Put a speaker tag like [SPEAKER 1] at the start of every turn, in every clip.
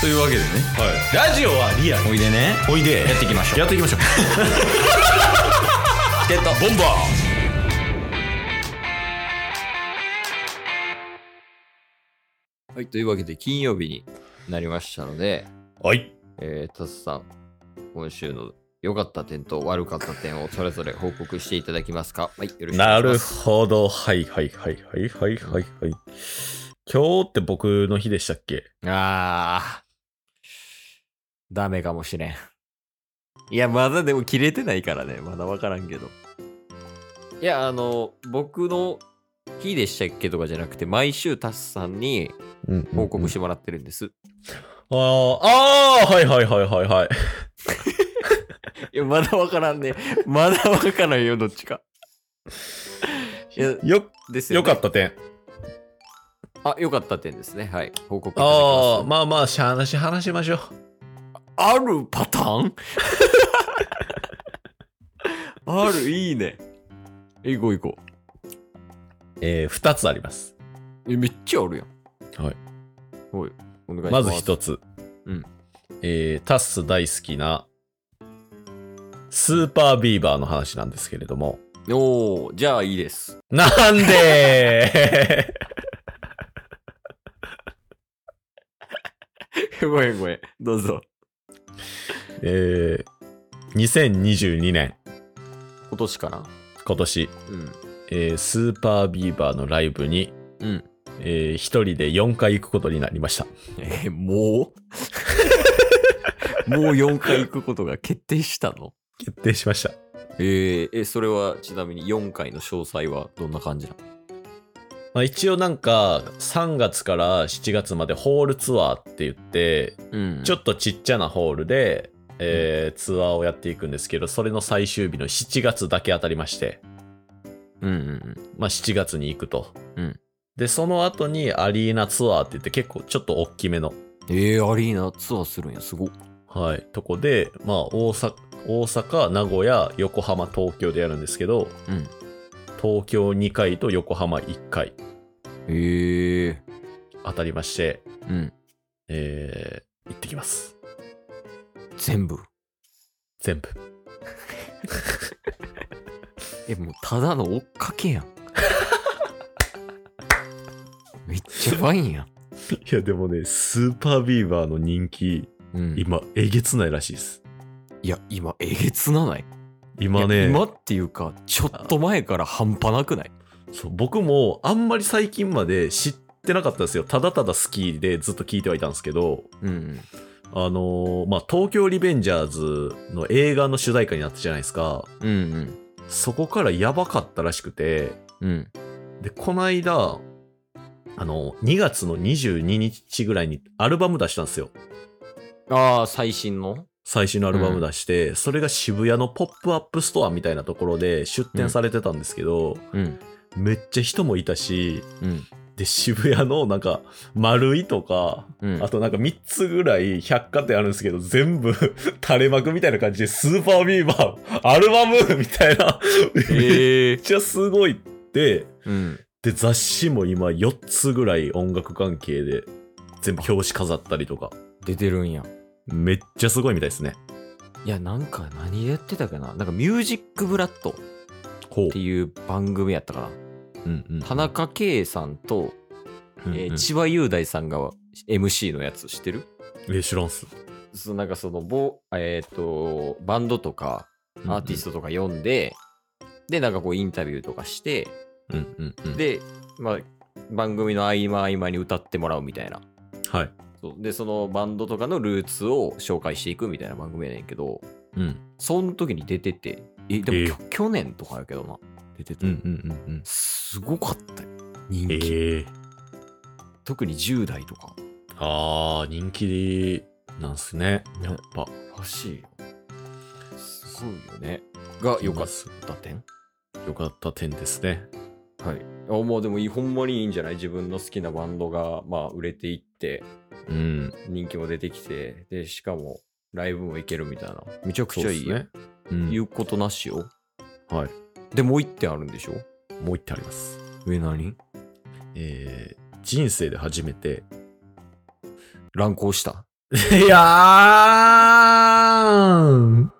[SPEAKER 1] というわけでね
[SPEAKER 2] ラジオはリアル
[SPEAKER 1] おいでね
[SPEAKER 2] おいで
[SPEAKER 1] やっていきましょう
[SPEAKER 2] やってい きましょう
[SPEAKER 1] チケットボンバーはい、というわけで金曜日になりましたので、
[SPEAKER 2] はい
[SPEAKER 1] えー、タスさん、今週の良かった点と悪かった点をそれぞれ報告していただきますかはい、よろしくお願
[SPEAKER 2] ない
[SPEAKER 1] しま
[SPEAKER 2] る
[SPEAKER 1] す。
[SPEAKER 2] ほどはいはいはいはいはいはいはい今日って僕の日でしたっけ
[SPEAKER 1] あー、ダメかもしれん。いや、まだでも切れてないからね、まだわからんけど。いや、あの、僕の日でしたっけとかじゃなくて、毎週タスさんに報告
[SPEAKER 2] し
[SPEAKER 1] してもらってるんです。
[SPEAKER 2] あーあーはいはいはいはいはい
[SPEAKER 1] いや、まだわからんね。まだわからんよ、どっちか。いや、
[SPEAKER 2] よ
[SPEAKER 1] ですよ、
[SPEAKER 2] よ
[SPEAKER 1] ね。
[SPEAKER 2] かった点
[SPEAKER 1] た。あ、よかった点ですね。はい。報告いただき
[SPEAKER 2] ああ
[SPEAKER 1] ます。
[SPEAKER 2] まあまあしゃあなし話しましょう
[SPEAKER 1] あ、るパター ンある、いいね。え、こう行こ
[SPEAKER 2] えー、2つあります
[SPEAKER 1] う。え、めっちゃあるやん。
[SPEAKER 2] はい。
[SPEAKER 1] はい。お願いしま。
[SPEAKER 2] ますず一
[SPEAKER 1] つ。
[SPEAKER 2] つ。
[SPEAKER 1] うん
[SPEAKER 2] えータッス大好きな、スーパービーバーの話なんですけれども。
[SPEAKER 1] おー、じゃあいいです。
[SPEAKER 2] なんで
[SPEAKER 1] ごめんごめん。どうぞ。
[SPEAKER 2] えー、2022年、
[SPEAKER 1] 今年かな
[SPEAKER 2] 今年、
[SPEAKER 1] うん。
[SPEAKER 2] えースーパービーバーのライブに、
[SPEAKER 1] うん。
[SPEAKER 2] えー一人で4回行くことになりました。
[SPEAKER 1] え、もう もう4回行くことが決定したの
[SPEAKER 2] 決定しました。
[SPEAKER 1] えー、え、それはちなみに4回の詳細はどんな感じなの
[SPEAKER 2] まあ、一応なんか、3月から7月までホールツアーって言って、
[SPEAKER 1] うん
[SPEAKER 2] ちょっとちっちゃなホールで、えーツアーをやっていくんですけど、それの最終日の7月だけ当たりまして、
[SPEAKER 1] うんうん
[SPEAKER 2] まあ7月に行くと。
[SPEAKER 1] うん
[SPEAKER 2] で、その後にアリーナツアーって言って結構ちょっと大きめの、
[SPEAKER 1] うん。えー、アリーナツアーするんや、すごっ。
[SPEAKER 2] はい、とこで、まあ大阪、大阪、名古屋、横浜、東京でやるんですけど、
[SPEAKER 1] うん。
[SPEAKER 2] 東京2回と横浜1回
[SPEAKER 1] えー、
[SPEAKER 2] 当たりまして、
[SPEAKER 1] うん。
[SPEAKER 2] えー、行ってきます。
[SPEAKER 1] 全部。
[SPEAKER 2] 全部。
[SPEAKER 1] え、もうただの追っかけ やん。めっちゃファインやん。
[SPEAKER 2] いや、でもね、スーパービーバーの人気、
[SPEAKER 1] うん、
[SPEAKER 2] 今、えげつないらしいです。
[SPEAKER 1] いや、今、えげつなない。
[SPEAKER 2] 今
[SPEAKER 1] い
[SPEAKER 2] ね、
[SPEAKER 1] や今っていうか、ちょっと前から半端なくない
[SPEAKER 2] そう僕もあんまり最近まで知ってなかったんですよただただ好きでずっと聞いてはいたんですけど
[SPEAKER 1] うん。
[SPEAKER 2] あのーまあ東京リベンジャーズの映画の主題歌になったじゃないですか
[SPEAKER 1] うんうん。
[SPEAKER 2] そこからやばかったらしくて
[SPEAKER 1] うん。
[SPEAKER 2] でこの間あの2月の22日ぐらいにアルバム出したんですよ
[SPEAKER 1] ああ、最新の
[SPEAKER 2] 最新のアルバム出して、それが渋谷のポップアップストアみたいなところで出展されてたんですけど、
[SPEAKER 1] うん。
[SPEAKER 2] めっちゃ人もいたし
[SPEAKER 1] うん。
[SPEAKER 2] で渋谷のなんか丸いとか
[SPEAKER 1] うん
[SPEAKER 2] あとなんか3つぐらい百貨店あるんですけど、全部 垂れ幕みたいな感じで、スーパービーバー、アルバムみたいな、めっ
[SPEAKER 1] ええ
[SPEAKER 2] ちゃすごいって、
[SPEAKER 1] うん。
[SPEAKER 2] で、雑誌も今4つぐらい音楽関係で、全部表紙飾ったりとか、
[SPEAKER 1] 出てるんや。
[SPEAKER 2] めっちゃすごいみたいですね。
[SPEAKER 1] いや、なんか何やってたっけななんかミュージックブラッドっ
[SPEAKER 2] ほう
[SPEAKER 1] て。いう番組やったか
[SPEAKER 2] うんうん
[SPEAKER 1] な。田中圭さんと、
[SPEAKER 2] うんうん
[SPEAKER 1] えー千葉雄大さんが MC のやつ知ってる
[SPEAKER 2] え、知らんっす。
[SPEAKER 1] そのなんかそのボ、えっ、と、バンドとかアーティストとか読んで、で、なんかこうインタビューとかして、
[SPEAKER 2] ト。うんうんうん。
[SPEAKER 1] で、まあ、番組の合間合間に歌ってもらうみたいな。
[SPEAKER 2] はい。
[SPEAKER 1] そうで、そのバンドとかのルーツを紹介していくみたいな番組やねんけど、
[SPEAKER 2] うん。
[SPEAKER 1] その時に出てて、え、でも、
[SPEAKER 2] えー
[SPEAKER 1] きょ去年とかやけどな、出てて、
[SPEAKER 2] うんうんうん。
[SPEAKER 1] すごかったよ。人
[SPEAKER 2] ええ
[SPEAKER 1] 気、特に10代とか。
[SPEAKER 2] あー、人気なんすね。やっぱ。
[SPEAKER 1] らしいよ。すごいよね。が、よかっ
[SPEAKER 2] った
[SPEAKER 1] 点
[SPEAKER 2] た。よかった点ですね。
[SPEAKER 1] はい。あもうでもいい、ほんまにいいんじゃない自分の好きなバンドが、まあ、売れていって、
[SPEAKER 2] うん。
[SPEAKER 1] 人気も出てきて、で、しかも、ライブも行けるみたいな。めちゃく
[SPEAKER 2] そう
[SPEAKER 1] ちゃ
[SPEAKER 2] で
[SPEAKER 1] い
[SPEAKER 2] す
[SPEAKER 1] いよ。
[SPEAKER 2] ね。うん
[SPEAKER 1] 言うことなしよ。
[SPEAKER 2] はい。
[SPEAKER 1] で、もう一点あるんでしょ
[SPEAKER 2] もう一点あります。
[SPEAKER 1] 上何
[SPEAKER 2] えー人生で初めて、
[SPEAKER 1] 乱行した。
[SPEAKER 2] いやーん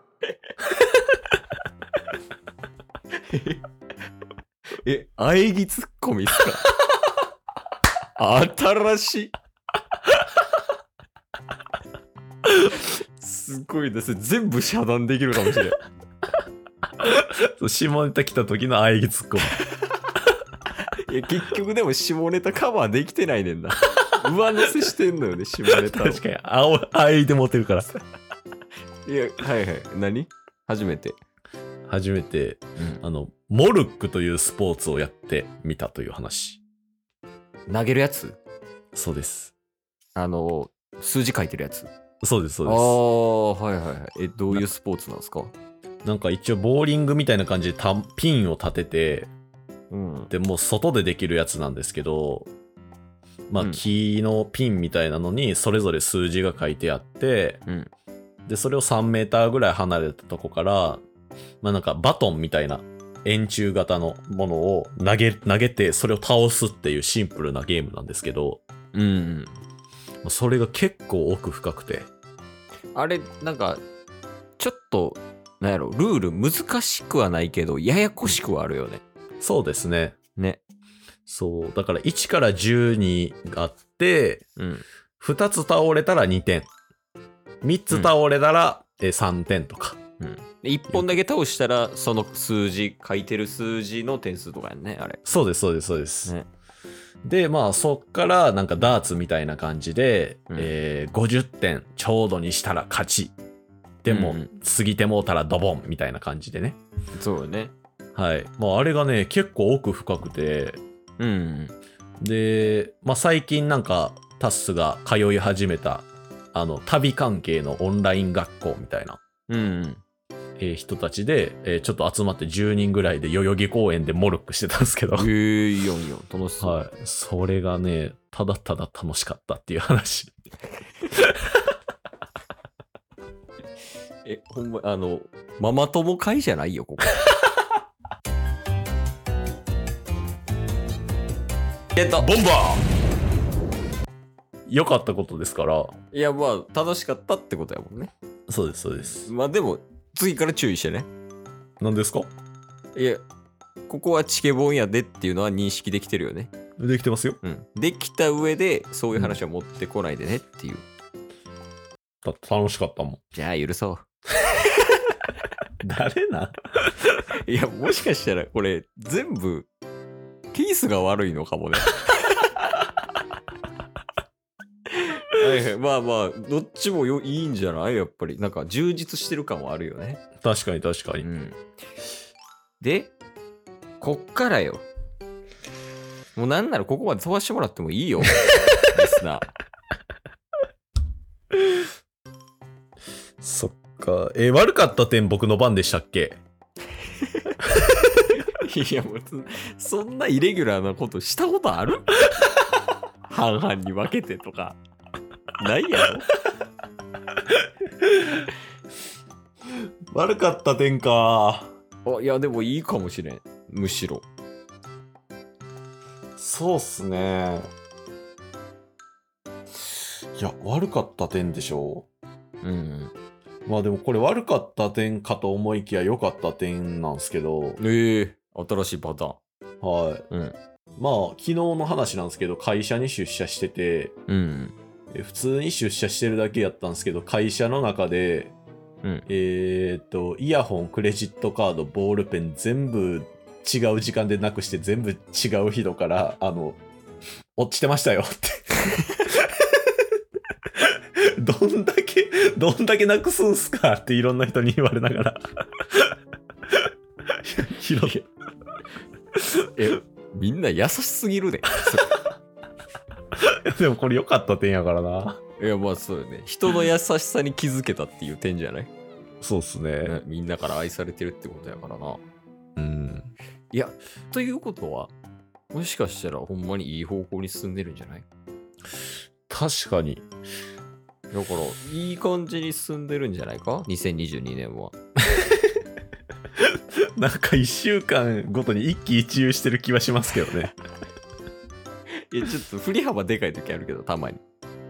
[SPEAKER 1] え、喘ぎツッコミっすか新しい。すごいですね。全部遮断できるかも しれん。
[SPEAKER 2] そう下ネタ来た時の喘ぎツッコミ。
[SPEAKER 1] いや、結局でも下ネタカバーできてないねんな。 上乗せしてんのよね、下ネタを。
[SPEAKER 2] 確かに、あお、喘いで持ってるから。
[SPEAKER 1] いや、はいはい。何初めて。
[SPEAKER 2] 初めて、あの、モルックというスポーツをやってみたという話。
[SPEAKER 1] 投げるやつ
[SPEAKER 2] そうです。
[SPEAKER 1] あの、数字書いてるやつ。
[SPEAKER 2] そうです、そう
[SPEAKER 1] あ
[SPEAKER 2] です。
[SPEAKER 1] あ、はいはいはい。え、どういうスポーツなんですか
[SPEAKER 2] なんか一応ボーリングみたいな感じでたピンを立てて、
[SPEAKER 1] うん。
[SPEAKER 2] でもう外でできるやつなんですけど、まあ
[SPEAKER 1] うん
[SPEAKER 2] 木のピンみたいなのにそれぞれ数字が書いてあって、
[SPEAKER 1] うん
[SPEAKER 2] で、それを3メーターぐらい離れたとこから、まあなんかバトンみたいな円柱型のものを投げ、投げてそれを倒すっていうシンプルなゲームなんですけど、
[SPEAKER 1] うん。
[SPEAKER 2] それが結構奥深くて。
[SPEAKER 1] あれ、なんか、ちょっと、なんやろ、ルール難しくはないけど、ややこしくはあるよね。
[SPEAKER 2] そうですね。
[SPEAKER 1] ね。
[SPEAKER 2] そう。だから1から12があって、
[SPEAKER 1] うん。
[SPEAKER 2] 2つ倒れたら2点3つ倒れたら、えー3点とか
[SPEAKER 1] 1本だけ倒したら、その数字、書いてる数字の点数とかやんね、あれ。
[SPEAKER 2] そうですそうですそうです、
[SPEAKER 1] ね
[SPEAKER 2] でまあそっからなんかダーツみたいな感じで、
[SPEAKER 1] うん
[SPEAKER 2] えー50点ちょうどにしたら勝ちでも、
[SPEAKER 1] うん
[SPEAKER 2] 過ぎてもうたらドボンみたいな感じでね
[SPEAKER 1] そうよね。
[SPEAKER 2] はいもうあれがね結構奥深くて
[SPEAKER 1] うん。
[SPEAKER 2] で、まあ、最近なんかタッスが通い始めたあの旅関係のオンライン学校みたいな
[SPEAKER 1] うん。
[SPEAKER 2] えー人たちで、えーちょっと集まって10人ぐらいで代々木公園でモルックしてたんですけど、
[SPEAKER 1] へえ、いいよいいよ。楽しそう。
[SPEAKER 2] はい。それがね、ただただ楽しかったっていう話。
[SPEAKER 1] え、ほんま、あの、ママ友会じゃないよ、ここ。えっと、
[SPEAKER 2] ボンバー良かったことですから、
[SPEAKER 1] いや、まあ、楽しかったってことやもんね。
[SPEAKER 2] そうです、そうです。
[SPEAKER 1] まあ、でも、次から注意してね。
[SPEAKER 2] 何ですか
[SPEAKER 1] いや、ここはチケボンやでっていうのは認識できてるよね。
[SPEAKER 2] できてますよ。
[SPEAKER 1] うん。できた上で、そういう話は持ってこないでねっていう。
[SPEAKER 2] だって楽しかったもん。
[SPEAKER 1] じゃあ、許そ
[SPEAKER 2] 誰な
[SPEAKER 1] う。いや、もしかしたら、これ、全部、ケースが悪いのかもね。はいはい、まあまあ、どっちもよいいんじゃないやっぱり。なんか、充実してる感はあるよね。
[SPEAKER 2] 確かに確か
[SPEAKER 1] う
[SPEAKER 2] に。
[SPEAKER 1] ん。で、こっからよ。もうなんならここまで飛ばしてもらってもいいよ。リスナー。
[SPEAKER 2] そっか。えー悪かった点僕の番でしたっけ
[SPEAKER 1] いやもうそそんなイレギュラーなことしたことある半々に分けてとかないやろ
[SPEAKER 2] 悪かった点か。
[SPEAKER 1] あいやでもいいかもしれんむしろ
[SPEAKER 2] そうっすね。いや、悪かった点でしょ
[SPEAKER 1] うん
[SPEAKER 2] う。まあでもこれ悪かった点かと思いきや良かった点なんですけど、
[SPEAKER 1] ええ新しいパターン
[SPEAKER 2] はい。
[SPEAKER 1] うん
[SPEAKER 2] まあ昨日の話なんですけど、会社に出社してて、
[SPEAKER 1] うん
[SPEAKER 2] え普通に出社してるだけやったんですけど、会社の中で、
[SPEAKER 1] うん
[SPEAKER 2] えーっと、イヤホン、クレジットカード、ボールペン全部違う時間でなくして全部違う人から、あの、落ちて ましたよって。どんだけ、どんだけなくすんすかっていろんな人に言われながら。 拾って
[SPEAKER 1] えみんな優しすぎるで
[SPEAKER 2] でもこれ良かった点やからな。
[SPEAKER 1] そいやまあそうよね人の優しさに気づけたっていう点じゃない、
[SPEAKER 2] そうっすね
[SPEAKER 1] ね。みんなから愛されてるってことやからな
[SPEAKER 2] うん。
[SPEAKER 1] ということはもしかしたらほんまにいい方向に進んでるんじゃない
[SPEAKER 2] 確かに。
[SPEAKER 1] だから、いい感じに進んでるんじゃないか ?2022 年は。
[SPEAKER 2] なんか一週間ごとに一喜一憂してる気はしますけどね。
[SPEAKER 1] いや、ちょっと振り幅でかい時あるけど、たまに。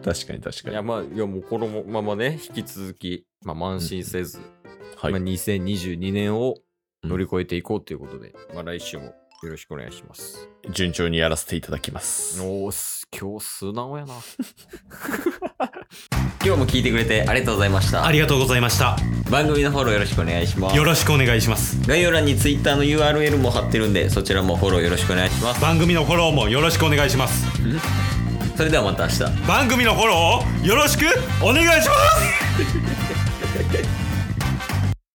[SPEAKER 2] 確かに確か
[SPEAKER 1] い
[SPEAKER 2] に。
[SPEAKER 1] や、まあ、いや、もうこのままね、引き続き、まあ、慢心せず、
[SPEAKER 2] はい
[SPEAKER 1] まあ、。2022年を乗り越えていこうということで、まあ、来週もよろしくお願いします。
[SPEAKER 2] 順調にやらせていただきます。
[SPEAKER 1] おーす、今日素直やな。 今日も聞いてくれてありがとうございました
[SPEAKER 3] あ。りがとうございました
[SPEAKER 1] 番組のフォローよろしくお願いします
[SPEAKER 3] よ。ろしくお願いします
[SPEAKER 1] 概要欄に Twitter の URL も貼ってるんで、そちらもフォローよろしくお願いします。
[SPEAKER 3] 番組のフォローもよろしくお願いします
[SPEAKER 1] それではまた明日。
[SPEAKER 3] 番組のフォローをよろしくお願いします